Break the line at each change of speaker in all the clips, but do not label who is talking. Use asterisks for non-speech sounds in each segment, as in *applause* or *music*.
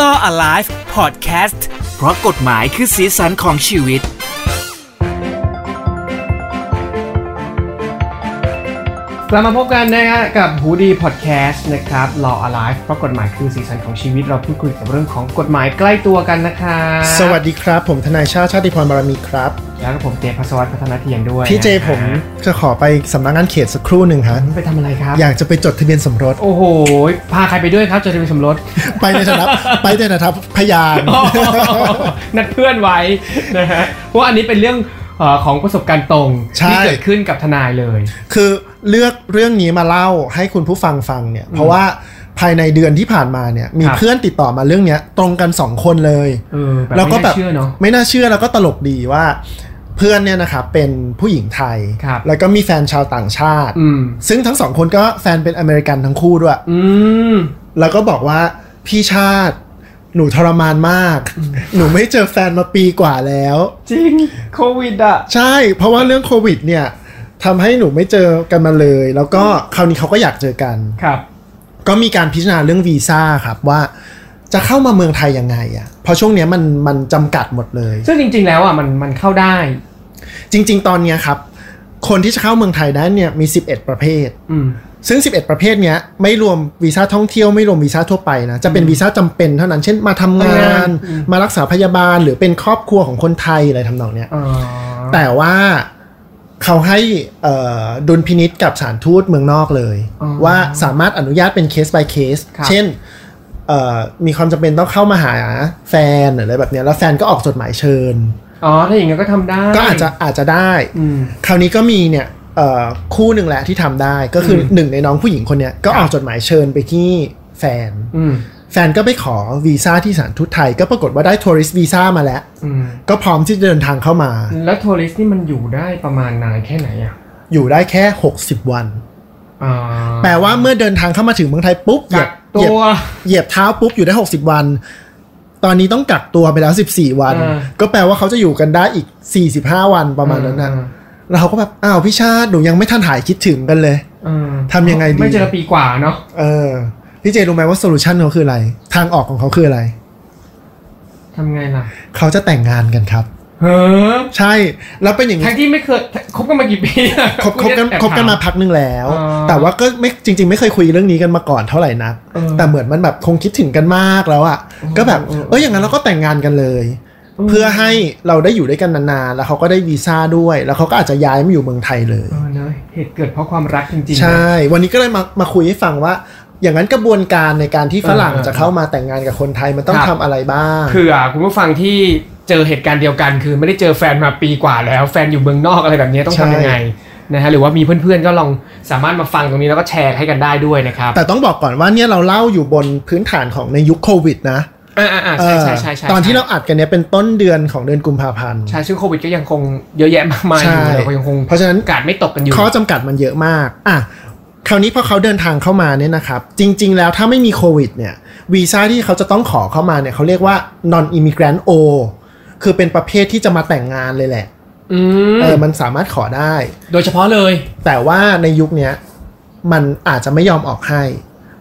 Law Alive Podcast เพราะกฎหมายคือสีสันของชีวิต
กลับมาพบกันนะฮะกับหูดีพอดแคสต์นะครับ Law Alive เพราะกฎหมายคือสีสันของชีวิตเราพูดคุยกับเรื่องของกฎหมายใกล้ตัวกันนะคะ
สวัสดีครับ ผมทนายชาติชาติพรบารมีครับ
แล้วก็ผมเจพัสวัตพัฒนาเทียนด้วย
พี่เจ
นะฮะ
ผมจะขอไปสำนักงานเขตสักครู่หนึ่งฮะ
ผมไปทำอะไรครับ
อยากจะไปจดทะเบียนสมรส *laughs*
โอ้โห พาใครไปด้วยครับจดทะเบียนสมรส
ไปในฐานะ *laughs* ไปในฐานะพยาน
*laughs* นัดเพื่อนไว้นะฮะเพราะว่าอันนี้เป็นเรื่องเอ่อของประสบการณ์ตรง
ใช่
ที่เกิดขึ้นกับทนายเลย
คือเลือกเรื่องนี้มาเล่าให้คุณผู้ฟังฟังเนี่ย เพราะว่าภายในเดือนที่ผ่านมาเนี่ยมี
ครับ
เพื่อนติดต่อมาเรื่องเนี้ยตรงกันสองคนเลย
เออแบบ
แล้วก็
ไม่
แบ
น่า
บ
เชื่อเนาะ
ไม่น่าเชื่อแล้วก็ตลกดีว่า เพื่อนเนี่ยนะครับเป็นผู้หญิงไทย
ครับ
แล้วก็มีแฟนชาวต่างชาติ
อืม
ซึ่งทั้งสองคนก็แฟนเป็นอเมริกันทั้งคู่ด้วย
อืม
แล้วก็บอกว่าพี่ชาติ หนูทรมานมาก หนูไม่เจอแฟนมาปีกว่าแล้ว
จริงโควิดอ่ะ
ใช่ เพราะว่าเรื่องโควิดเนี่ยทำให้หนูไม่เจอกันมาเลย แล้วก็คราวนี้เขาก็อยากเจอกัน
ครับ
ก็มีการพิจารณาเรื่องวีซ่าครับว่าจะเข้ามาเมืองไทยยังไงอ่ะเพราะช่วงเนี้ยมันมันจำกัดหมดเลย
ซึ่งจริง ๆ แล้วอ่ะมันมันเข้าได้
จริง ๆ ตอนเนี้ยครับ คนที่จะเข้าเมืองไทยได้เนี่ยมี 11 ประเภท
อืม
ซึ่ง 11 ประเภทเนี้ยไม่รวมวีซ่าท่องเที่ยวไม่รวมวีซ่าทั่วไปนะจะเป็นวีซ่าจำเป็นเท่านั้นเช่นมาทำ
ทำ
งาง
าน นอืม
มารักษาพยาบาลหรือเป็นครอบครัวของคนไทยอะไรทำนองเนี้ย
อ๋อ
แต่ว่าเขาให้เอ่อดุลพินิษกับสถานทูตเมืองนอกเลย
อ๋อ
ว่าสามารถอนุญาตเป็นเคส by เคส
ครับ
เช่นเอ่อมีความจำเป็นต้องเข้ามาหาแฟนหรืออะไรแบบเนี้ยแล้วแฟนก็ออกจดหมายเชิญ
อ๋อ ถ้าอย่างนั้นก็ทำได้
ก็อาจจะอาจจะได้
อืม
คราวนี้ก็มีเนี่ยเอ่อคู่หนึ่งแหละที่ทำได้ก็คืออ
ม
หนึ่งในน้องผู้หญิงคนเนี้ยก็ออกจดหมายเชิญไปที่แฟน
อืม
แฟนก็ไปขอวีซ่าที่สถานทูตไทย ก็ปรากฏว่าได้ทัวริสต์วีซ่ามาแล้ว
อืม
ก็พร้อมที่จะเดินทางเข้ามา
แล้วทัวริสต์นี่มันอยู่ได้ประมาณนานแค่ไหนอ่ะ
อยู่ได้แค่ 60 วัน
อ่า
แปลว่าเมื่อเดินทางเข้ามาถึงเมืองไทยปุ๊บเหยี
กั
ย
ก
บ
ตั
เหยียบ
ว
เหยียบเท้าปุ๊บอยู่ได้ 60 วัน ตอนนี้ต้องกักตัวไปแล้ว 14 วัน
อ่า
ก็แปลว่าเขาจะอยู่กันได้อีก 45 วันประมาณนั้นนะ
เออ
แล้วเขาก็แบบอ้าวพี่ชาติหนูยังไม่ทันหายคิดถึงกันเลย
เออ
ทำยังไงดี
ไม่เจอปีกว่าเนาะ
เออพี่เจรู้ไหมว่าโซลูชันเขาคืออะไร ทางออกของเขาคืออะไร
ทำไงล่ะ
เขาจะแต่งงานกันครับ
เฮ้อ
ใช่แล้วเป็นอย่าง
ทั้
นี้
งที่ไม่เคยคบกันมากี่ปีอะ
คบคบกัน
แอบ
คบกัน
ถ
มาพักหนึงแล้ว
อ๋อ
แต่ว่าก็ไม่จริง ๆ ไม่เคยคุยเรื่องนี้กันมาก่อนเท่าไหร่นัก
เออ
แต่เหมือนมันแบบคงคิดถึงกันมากแล้วอะ่ะ
อืม
ก็แบบ
อืม
เอออย่างนั้นเราก็แต่งงานกันเลย เพื่อให้เราได้อยู่ด้วยกันนานๆแล้วเขาก็ได้วีซ่าด้วย แล้วเขาก็อาจจะย้ายมาอยู่เมืองไทยเลย
เออเนอะเหตุเกิดเพราะความรักจริงๆ
ใช่ วันนี้ก็เลยมามาคุยให้ฟังว่า อย่างนั้นกระบวนการในการที่ฝรั่ง
เออเออ
จะเข้ามาแต่งงานกับคนไทยมันต้อง
ครับ
ทำอะไรบ้าง
คืออ่ะคุณผู้ฟังที่เจอเหตุการณ์เดียวกัน คือไม่ได้เจอแฟนมาปีกว่าแล้ว แฟนอยู่เมืองนอกอะไรแบบนี้ต้อง
ใช่
ทำยังไงนะฮะหรือว่ามีเพื่อนๆก็ลองสามารถมาฟังตรงนี้แล้วก็แชร์ให้กันได้ด้วยนะครับ
แต่ต้องบอกก่อนว่าเนี่ยเราเล่าอยู่บนพื้นฐานของในยุคโควิดนะ
อ่าอ่า
เอ
ใช่
อ
ใช่ใช่ใช่
ตอนที่เราอัดกันเนี่ยเป็นต้นเดือนของเดือนกุมภาพันธ์
ใช่ซึ่งโควิดก็ยังคงเยอะแยะมากมายอ
ใช่
ยู่เราก็ยังคง
เพราะฉะนั้น
โอกาสไม่ตกกันอยู่
ข้อจำกัดมันเยอะมากอ่ะคราวนี้พอเขาเดินทางเข้ามาเนี่ยนะครับ จริง ๆ แล้วถ้าไม่มีโควิดเนี่ยวีซ่าที่เขาจะต้องขอเข้ามาเนี่ยเขาเรียกว่า non immigrant O คือเป็นประเภทที่จะมาแต่งงานเลยแหละ
อืม
เออมันสามารถขอได้
โดยเฉพาะเลย
แต่ว่าในยุคเนี้ยมันอาจจะไม่ยอมออกให้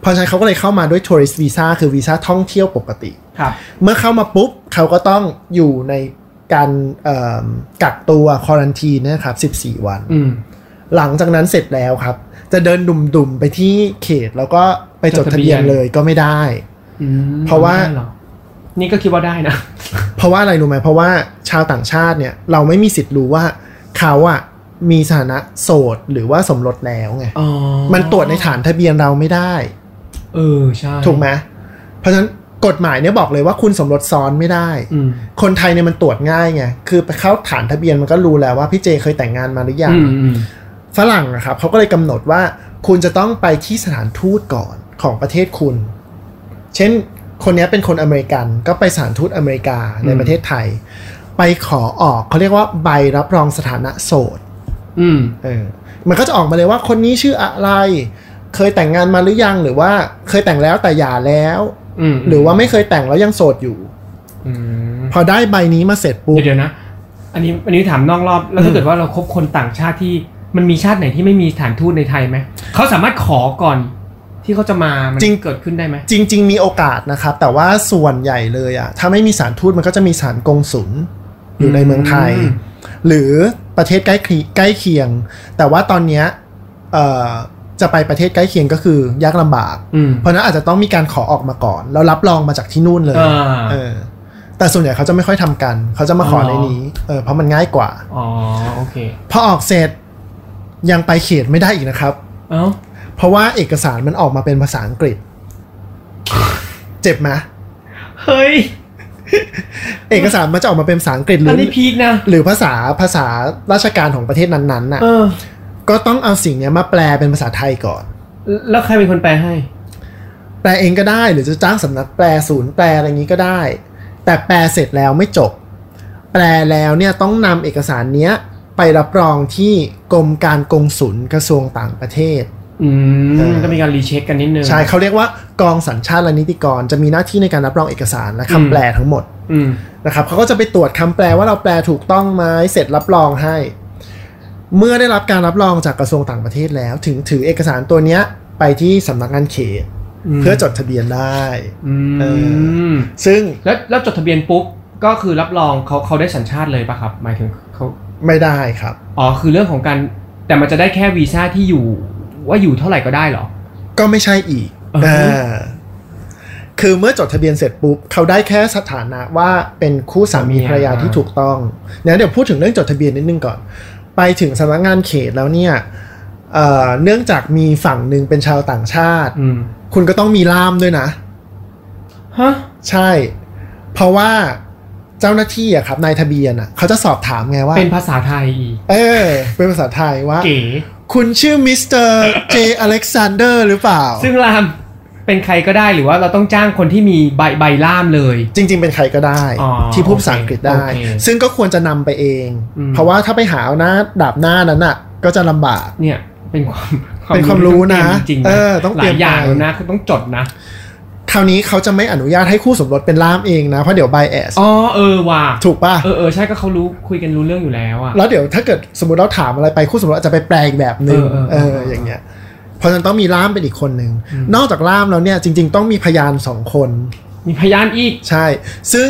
เพราะฉะนั้นเขาก็เลยเข้ามาด้วย tourist visa คือวีซ่าท่องเที่ยวปกติ
ครับ
เมื่อเข้ามาปุ๊บเขาก็ต้องอยู่ในการเอิ่มกักตัวคอรันทีนะครับ 14 วัน
อืม
หลังจากนั้นเสร็จแล้วครับ จะเดินดุ่มๆไปที่เขตแล้วก็ไปจดทะเบียน
จดทะเบียน
เลยก็ไม่ได้
อืม
เพราะว่า
ได้หอนี่ก็คิดว่าได้นะ
เพราะว่าอะไรรู้ไหมเพราะว่าชาวต่างชาติเนี่ยเราไม่มีสิทธิ์รู้ว่าเขาอะมีสถานะโสดหรือว่าสมรสแล้วไง
อ๋อ
มันตรวจในฐานทะเบียนเราไม่ได้
เออใช่
ถูกไหมเพราะฉะนั้นกฎหมายเนี่ยบอกเลยว่าคุณสมรสซ้อนไม่ได้
อืม
คนไทยเนี่ยมันตรวจง่ายไง คือไปเข้าฐานทะเบียนมันก็รู้แล้วว่าพี่เจเคยแต่งงานมาหรือยัง
อืมอืม
ฝรั่งนะครับเขาก็เลยกำหนดว่าคุณจะต้องไปที่สถานทูตก่อนของประเทศคุณ เช่นคนเนี้ยเป็นคนอเมริกันก็ไปสถานทูตอเมริกาในประเทศไทย ไปขอออกเขาเรียกว่าใบรับรองสถานะโสด
อืม
เออมันก็จะออกมาเลยว่าคนนี้ชื่ออะไร เคยแต่งงานมาหรือยัง หรือว่าเคยแต่งแล้วแต่หย่าแล้ว
อืม
หรือว่าไม่เคยแต่งแล้วยังโสดอยู่
อืม
พอได้ใบนี้มาเสร็จปุ๊บ
เดี๋ยวเดี๋ยวนะ อันนี้อันนี้ถามนอกรอบ แล้วถ้าเกิดว่าเราคบคนต่างชาติที่มันมีชาติไหนที่ไม่มีสถานทูตในไทยไหม เขาสามารถขอก่อน ที่เขาจะมามัน
จริง
เกิดขึ้นได้ไหม
จริง ๆ มีโอกาสนะครับ แต่ว่าส่วนใหญ่เลยอะถ้าไม่มีสารทูตมันก็จะมีสารกงสุลอยู่ในเมืองไทย หรือประเทศใกล้เคียใกล้เคียง แต่ว่าตอนเนี้ยเอ่อจะไปประเทศใกล้เคียงก็คือยากลำบาก
อืม
เพราะนั้นอาจจะต้องมีการขอออกมาก่อน แล้วรับรองมาจากที่นู่นเลย
อ่า
เออแต่ส่วนใหญ่เขาจะไม่ค่อยทำกัน เขาจะมาขอในนี้เออเพราะมันง่ายกว่า
อ๋อโอเค
พอออกเสร็จยังไปเขตไม่ได้อีกนะครับ
เอ้า
เพราะว่าเอกสารมันออกมาเป็นภาษาอังกฤษ เจ็บไหม
เฮ้ย
เอกสารมันจะออกมาเป็นภาษาอังกฤษหรื
อัน
อ
นี้พีคนะ
หรือภาษาภาษาราชการของประเทศนั้นๆน่ะ
เออ
ก็ต้องเอาสิ่งเนี้ยมาแปลเป็นภาษาไทยก่อน
แล้วใครเป็นคนแปลให้
แปลเองก็ได้หรือจะจ้างสำนักแปลศูนย์แปลอะไรอย่างนี้ก็ได้ แต่แปลเสร็จแล้วไม่จบ แปลแล้วเนี่ยต้องนำเอกสารเนี้ยไปรับรองที่กรมการกงสุลกระทรวงต่างประเทศ
อื
เอ
ม
อ
ก็มีการรีเช็คกันนิดนึง
ใช่เขาเรียกว่ากองสัญชาติและนิติกร จะมีหน้าที่ในการรับรองเอกสารและ
อืม
คำแปลทั้งหมด
อืม
นะครับเขาก็จะไปตรวจคำแปลว่าเราแปลถูกต้องไหมเสร็จรับรองให้ เมื่อได้รับการรับรองจากกระทรวงต่างประเทศแล้ว ถึงถือเอกสารตัวเนี้ยไปที่สำนักงานเขตเพื่อจดทะเบียนได้
อื
เอ
ม
ซึ่ง
แล้วแล้วจดทะเบียนปุ๊บก็คือรับรองเขาเขาได้สัญชาติเลยปะครับ หมายถึงเขา
ไม่ได้ครับ
อ๋อคือเรื่องของการแต่มันจะได้แค่วีซ่าที่อยู่ว่าอยู่เท่าไหร่ก็ได้เหรอ
ก็ไม่ใช่อีก
อือฮึ
าคือเมื่อจดทะเบียนเสร็จปุ๊บ เขาได้แค่สถานะว่าเป็นคู่สามีภรรยาที่ถูกต้องเนี่ยเดี๋ยวพูดถึงเรื่องจดทะเบียนนิดนึงก่อน ไปถึงสำนักงานเขตแล้วเนี่ยเอ่อเนื่องจากมีฝั่งหนึ่งเป็นชาวต่างชาติ
อืม
คุณก็ต้องมีล่ามด้วยนะ
ฮะ
ใช่ เพราะว่าเจ้าหน้าที่อะครับนายทะเบียนอะเขาจะสอบถามไงว่า
เป็นภาษาไทยอีก
เออเป็นภาษาไทยว่า
เก๋
คุณชื่อมิสเตอร์เจอเล็กซานเดอร์หรือเปล่า
ซึ่งลามเป็นใครก็ได้หรือว่าเราต้องจ้างคนที่มีใบใบล่ามเลย
จริง ๆ เป็นใครก็ได้
อ๋อ
ที่พูดภาษาอังกฤษได้
โอเค
ซึ่งก็ควรจะนำไปเอง
อืม
เพราะว่าถ้าไปหาเอาหน้าดาบหน้านั้นอ่ะ ก็จะลำบาก
เนี่ยเป็นความ
เป็นความรู้นะ
ที่ต้องเตรียมจริงๆ
เอ
นะ
อต้อง
ห
เตรี
ลาย ย
ม
อย่าง
ไป
แล้วนะคือต้องจดนะ
คราวนี้เขาจะไม่อนุญาตให้คู่สมรสเป็นล่ามเองนะ เพราะเดี๋ยว bias
อ๋อเออว่ะ
ถูกป่ะ
เออเออใช่ก็เขารู้คุยกันรู้เรื่องอยู่แล้วอ่ะ
แล้วเดี๋ยวถ้าเกิดสมมติเราถามอะไรไปคู่สมรสอาจจะไปแปลอีกแบบหนึ่ง
เออ
เอ
เออ
ออย่างเงี้ย เพราะฉะนั้นต้องมีล่ามเป็นอีกคนหนึ่ง
อืม
นอกจากล่ามแล้วเนี่ยจริง ๆ ต้องมีพยานสองคน
มีพยานอีก
ใช่ ซึ่ง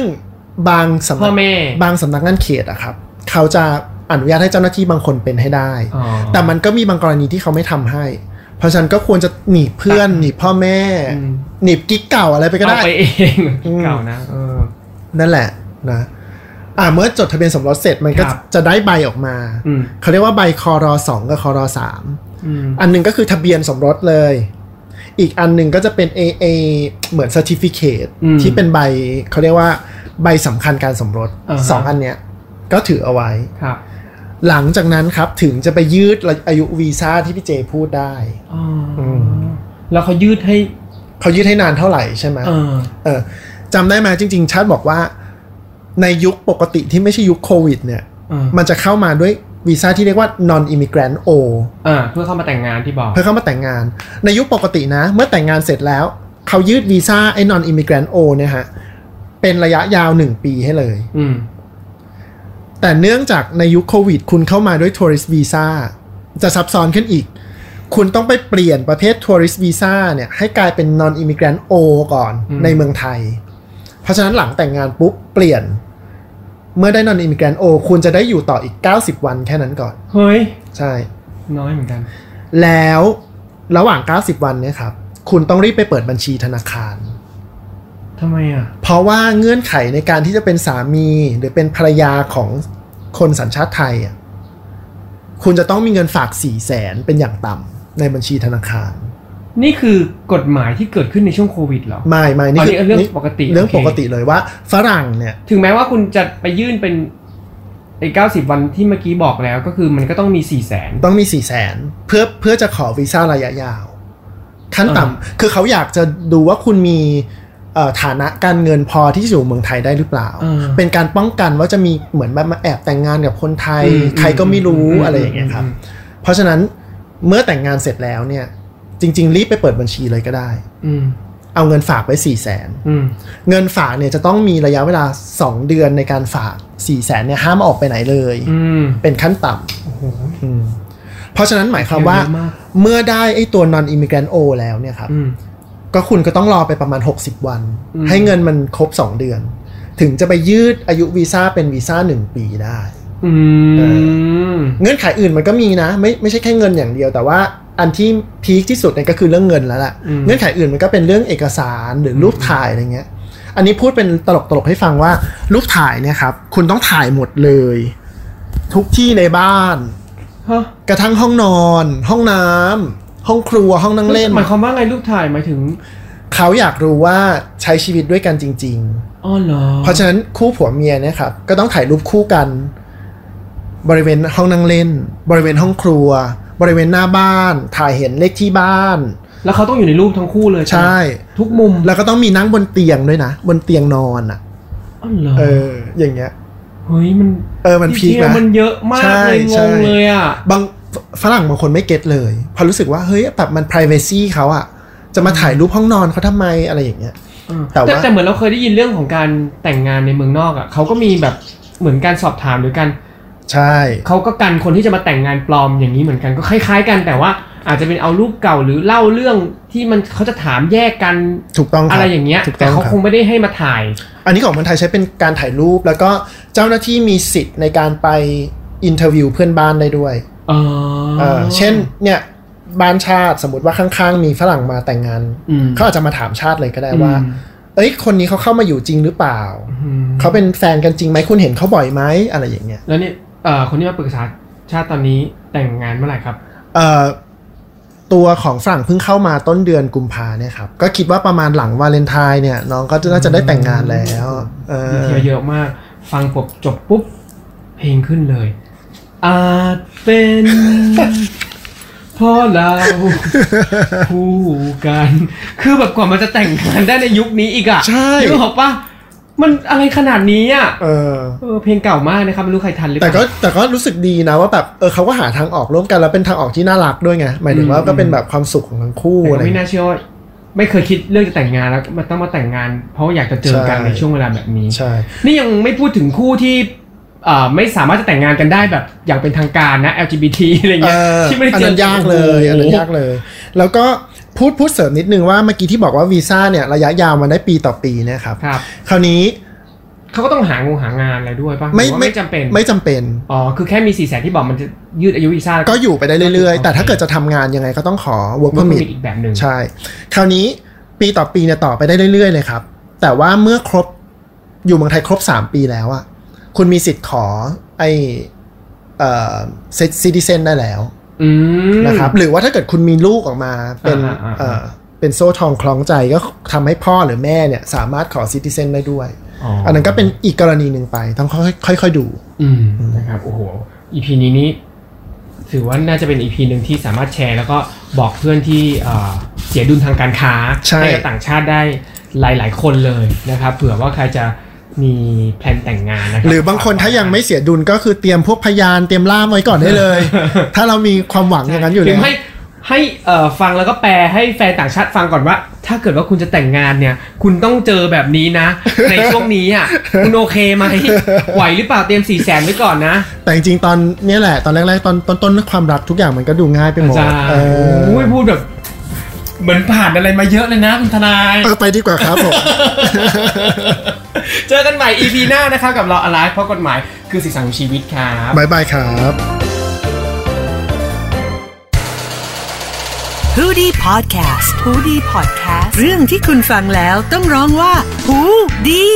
บางสำ
พ่
นั
อก แม่
บางสำนักงานเขตอะครับเขาจะอนุญาตให้เจ้าหน้าที่บางคนเป็นให้ได้
อ๋อ
แต่มันก็มีบางกรณีที่เขาไม่ทำให้ เพราะฉะนันก็ควรจะหนีบเพื่อน หนีบพ่อแม่
อืม
หนีบกิ๊กเก่าอะไรไปก็ได้
เอาไปเอง
อืม
เก่านะเออ
นั่นแหละนะอ่าเมื่อจดทะเบียนสมรสเสร็จมันก็
ครับ
จะได้ใบออกมา
อืม
เขาเรียกว่าใบคอรอสองกับคอรอสาม
อืม
อันหนึงก็คือทะเบียนสมรสเลย อีกอันหนึ่งก็จะเป็น AA เหมือน certificate ที่เป็นใบเขาเรียกว่าใบสำคัญการสมรสสองอันเนี้ยก็ถือเอาไว้
ครับ
หลังจากนั้นครับถึงจะไปยืดอายุวีซ่าที่พี่เจพูดได้
อ๋ออ
ม
แล้วเขายืดให้
เขายืดให้นานเท่าไหร่ใช่ไหม
เออ
เออจำได้ไหมจริง ๆ ชาติบอกว่า ในยุคปกติที่ไม่ใช่ยุคโควิดเนี่ย
เออ
มันจะเข้ามาด้วยวีซ่าที่เรียกว่า non immigrant O
อ่าเพื่อเข้ามาแต่งงานที่บอก
เพื่อเข้ามาแต่งงาน ในยุคปกตินะ เมื่อแต่งงานเสร็จแล้ว เขายืดวีซ่าไอ้ non immigrant O เนี่ยฮะ เป็นระยะยาว 1 ปีให้เลย
อืม
แต่เนื่องจากในยุคโควิด คุณเข้ามาด้วย tourist visa จะซับซ้อนขึ้นอีก คุณต้องไปเปลี่ยนประเภท tourist visa เนี่ยให้กลายเป็น non immigrant O ก่อนในเมืองไทย เพราะฉะนั้นหลังแต่งงานปุ๊บ เปลี่ยน เมื่อได้ non immigrant O คุณจะได้อยู่ต่ออีก 90 วันแค่นั้นก่อน
เฮ้ย
ใช่
น้อยเหมือนกัน
แล้วระหว่าง 90 วันเนี่ยครับ คุณต้องรีบไปเปิดบัญชีธนาคาร
ทำไมอ่ะ
เพราะว่าเงื่อนไขในการที่จะเป็นสามีหรือเป็นภรรยาของคนสัญชาติไทยอะคุณจะต้องมีเงินฝาก4ี่แสนเป็นอย่างต่ำในบัญชีธนาคาร
นี่คือกฎหมายที่เกิดขึ้นในช่วงโควิดเหรอ
ไม่ไม่นี่
อ๋อ
คือ
นี่เรื่องปกติ
เรื่อง
โอเค
ปกติเลยว่าฝรั่งเนี่ย
ถึงแม้ว่าคุณจะไปยื่นเป็นไอ้เก้าสิบวันที่เมื่อกี้บอกแล้วก็คือมันก็ต้องมีสี่แสน
ต้องมี4ี่แสนเพื่อเพื่อจะขอวีซ่าระยะยาว ขั้นต่ำคือเขาอยากจะดูว่าคุณมีเอ่อฐานะการเงินพอที่จะอยู่เมืองไทยได้หรือเปล่า
อืม
เป็นการป้องกันว่าจะมีเหมือนแบบมาแอบแต่งงานกับคนไทย ใครก็ไม่รู้อะไรอย่างเงี้ยครับ เพราะฉะนั้นเมื่อแต่งงานเสร็จแล้วเนี่ย จริง ๆ รีบไปเปิดบัญชีเลยก็ได้
อืม
เอาเงินฝากไว้4ี่แสน
อืม
เงินฝากเนี่ยจะต้องมีระยะเวลา 2 เดือนในการฝาก4ี่แสนเนี่ยห้ามเอาออกไปไหนเลย
อืม
เป็นขั้นต่
โอ้โห
ำอืม เพราะฉะนั้นหมายความว่า
เยอะมาก
เมื่อได้ไอ้ตัว non immigrant O แล้วเนี่ยครับ
อืม
ก็คุณก็ต้องรอไปประมาณ 60 วัน
อืม
ให้เงินมันครบ 2 เดือน ถึงจะไปยืดอายุวีซ่าเป็นวีซ่า 1 ปีได้
อืม
เงื่อนไขอื่นมันก็มีนะ ไม่ไม่ใช่แค่เงินอย่างเดียว แต่ว่าอันที่พีคที่สุดเนี่ยก็คือเรื่องเงินแล้วแหละ
อืม
เงื่อนไขอื่นมันก็เป็นเรื่องเอกสารหรือรูปถ่ายอะไรเงี้ย อันนี้พูดเป็นตลกตลกๆให้ฟังว่ารูปถ่ายเนี่ยครับคุณต้องถ่ายหมดเลย ทุกที่ในบ้าน
ฮะ
กระทั่งห้องนอน ห้องน้ำห้องครัวห้องนั่งเล่น
หมายความว่าไงรูปถ่ายหมายถึง
เขาอยากรู้ว่าใช้ชีวิตด้วยกันจริง
อ๋อเหรอ
ๆ เพราะฉะนั้นคู่ผัวเมียเนี่ยครับก็ต้องถ่ายรูปคู่กัน บริเวณห้องนั่งเล่น บริเวณห้องครัว บริเวณหน้าบ้าน ถ่ายเห็นเลขที่บ้าน
แล้วเขาต้องอยู่ในรูปทั้งคู่เลย
ใช่
ทุกมุม
แล้วก็ต้องมีนั่งบนเตียงด้วยนะ บนเตียงนอนอ่ะ
อ๋อเหรอ
เออ อย่างเงี้ย
เฮ้ยมัน
เออมันพีค
ดีเทล
นะ
มันเยอะมาก
ใช่
เลยง
ใช่
งเลยอ่ะ
บางฝฝรั่งบางคนไม่เก็ตเลยเพอรู้สึกว่าเฮ้ยแบบมัน p r i เวซีเขาอะจะมาถ่ายรูปห้องนอนเขาทำไมอะไรอย่างเงี้ย แต่
แต่
ว่า
แต่เหมือนเราเคยได้ยินเรื่องของการแต่งงานในเมืองนอกอ่ะเขาก็มีแบบเหมือนการสอบถามหรือการ
ใช่
เขาก็กันคนที่จะมาแต่งงานปลอมอย่างนี้เหมือนกันก็คล้าย ๆ กันแต่ว่าอาจจะเป็นเอารูปเก่าหรือเล่าเรื่องที่มันเขาจะถามแยกกัน
ถูกต้องค
อะ
บ
ไรอย่างเงี้ย
ถูก
แต่
ต้อง
เขา
รับ
คงไม่ได้ให้มาถ่าย
อันนี้ของคนไทยใช้เป็นการถ่ายรูปแล้วก็เจ้าหน้าที่มีสิทธิ์ในการไปอินเทอร์วิวเพื่อนบ้านได้ด้วย
เออ
เออเช่นเนี่ยบ้านชาติสมมติว่าข้างๆ มีฝรั่งมาแต่งงาน
อืม
เขาอาจจะมาถามชาติเลยก็ได้
อืม
ว่า เอ้ยคนนี้เขาเข้ามาอยู่จริงหรือเปล่า
อืม
เขาเป็นแฟนกันจริงไหมคุณเห็นเขาบ่อยไหมอะไรอย่างเงี้ย
แล้วเนี่ยเอ่อคนที่มาปรึกษาชาติตอนนี้แต่งงานเมื่อไหร่ครับ
เอ่อตัวของฝรั่งเพิ่งเข้ามาต้นเดือนกุมภาเนี่ยครับก็คิดว่าประมาณหลังวาเลนไทน์เนี่ยน้องก็น่าจะได้แต่งงานแล้วเอ
ดี
อ
เทลเยอะมาก ฟังผมจบปุ๊บ เพลงขึ้นเลย อาจเป็นเพราะเราคู่กัน คือแบบกว่ามันจะแต่งงานได้ในยุคนี้อีกอะ
ใช่
รู้หรอกปะมันอะไรขนาดนี้อะ
เออ
เออเพลงเก่ามากนะครับ ไม่รู้ใครทันหรือเป
แต่
ล่า
ก็แต่ก็รู้สึกดีนะว่าแบบเออเขาก็หาทางออกร่วมกันแล้วเป็นทางออกที่น่ารักด้วยไงหมายถึงว่า
อืม
ก็เป็นแบบความสุขของทั้งคู่
แต่
อะไร
ก็ไม่
เงี้ย
น่าเชื่อว่าไม่เคยคิดเรื่องจะแต่งงานแล้วมันต้องมาแต่งงาน เพราะว่าอยากจะเจอกัน
ใช่
ในช่วงเวลาแบบนี้
ใช่
นี่ยังไม่พูดถึงคู่ที่เอ่อไม่สามารถจะแต่งงานกันได้แบบอย่างเป็นทางการนะ LGBT อะไร
เอ
เงี้ย *laughs*
อ
ที่ไม่ได้
อัน
เจ
นั้นยากเลยอันนั้นยาก
โโห
เลย แล้วก็พูดพูดเสริมนิดนึงว่าเมื่อกี้ที่บอกว่าวีซ่าเนี่ยระยะยาวมันได้ปีต่อปีเนะครับ
ครับ
คราวนี้
เขาก็ต้องหางงหางานอะไรด้วยป่ะ
ไม่
หรือว่าไม่จำเป็น
ไม่จำเป็น
อ๋อคือแค่มีสี่แสนที่บอกมันจะยืดอายุวีซ่าแล้ว
ก็อยู่ไปได้เรื่อย
โอ
ๆ
เค
แต่ถ้าเกิดจะทำงานยังไงก็ต้องขอ work
มันก็มี
permit
อีกแบบหนึ่ง
ใช่ คราวนี้ปีต่อปีเนี่ยต่อไปได้เรื่อยๆเลยครับ แต่ว่าเมื่อครบอยู่เมืองไทยครบ 3 ปีแล้วอะคุณมีสิทธิ์ขอไอเอ่อซิติเซนได้แล้ว
อืม
นะครับ หรือว่าถ้าเกิดคุณมีลูกออกมาเป็น
อ่าอ่าอ่า
เอ่อเป็นโซ่ทองคล้องใจก็ทำให้พ่อหรือแม่เนี่ยสามารถขอซิติเซนได้ด้วย อันนั้นก็เป็นอีกกรณีหนึ่งไป ต้องค่อยๆค่อยๆดู
อืมนะครับโอ้โห EP นี้นี่ถือว่าน่าจะเป็น EP หนึ่งที่สามารถแชร์ แล้วก็บอกเพื่อนที่เอ่อเสียดุลทางการค้า
ใช่
กับต่างชาติได้หลาย ๆ คนเลยนะครับเผื่อว่าใครจะมีแพลนแต่งงานนะครั
หรือบางคนถ้ายังไม่เสียดุลก็คือเตรียมพวกพยานเตรียมล่ามไว้ก่อนได้
*laughs*
เลย ถ้าเรามีความหวังอย่างนั้นอยู่
หรื
แล้ว
ให้ให้เอ่อฟังแล้วก็แปลให้แฟนต่างชาติฟังก่อนว่า ถ้าเกิดว่าคุณจะแต่งงานเนี่ย คุณต้องเจอแบบนี้นะ ในช่วงนี้อ่ะคุณโอเคไหมไหวหรือเปล่าเตรียมสี่แสนไว้ก่อนนะ
แต่จริงๆ ตอนเนี่ยแหละ ตอนแรกๆ ตอนต้นต้นๆความรักทุกอย่างมันก็ดูง่ายไปหมด
อาจารย์
เออ
โอ้ยพูดแบบ เหมือนผ่านอะไรมาเยอะเลยนะคุณทนาย
เออไปดีกว่าครับผม
เจอกันใหม่ EP หน้านะครับกับเราอะไรเพราะกฎหมายคือสีสันของชีวิตครับ
บายบายครับ
h o ดี้พอดแคสต์ h o ดี้พอดแคสต์ เรื่องที่คุณฟังแล้วต้องร้องว่า h ูดี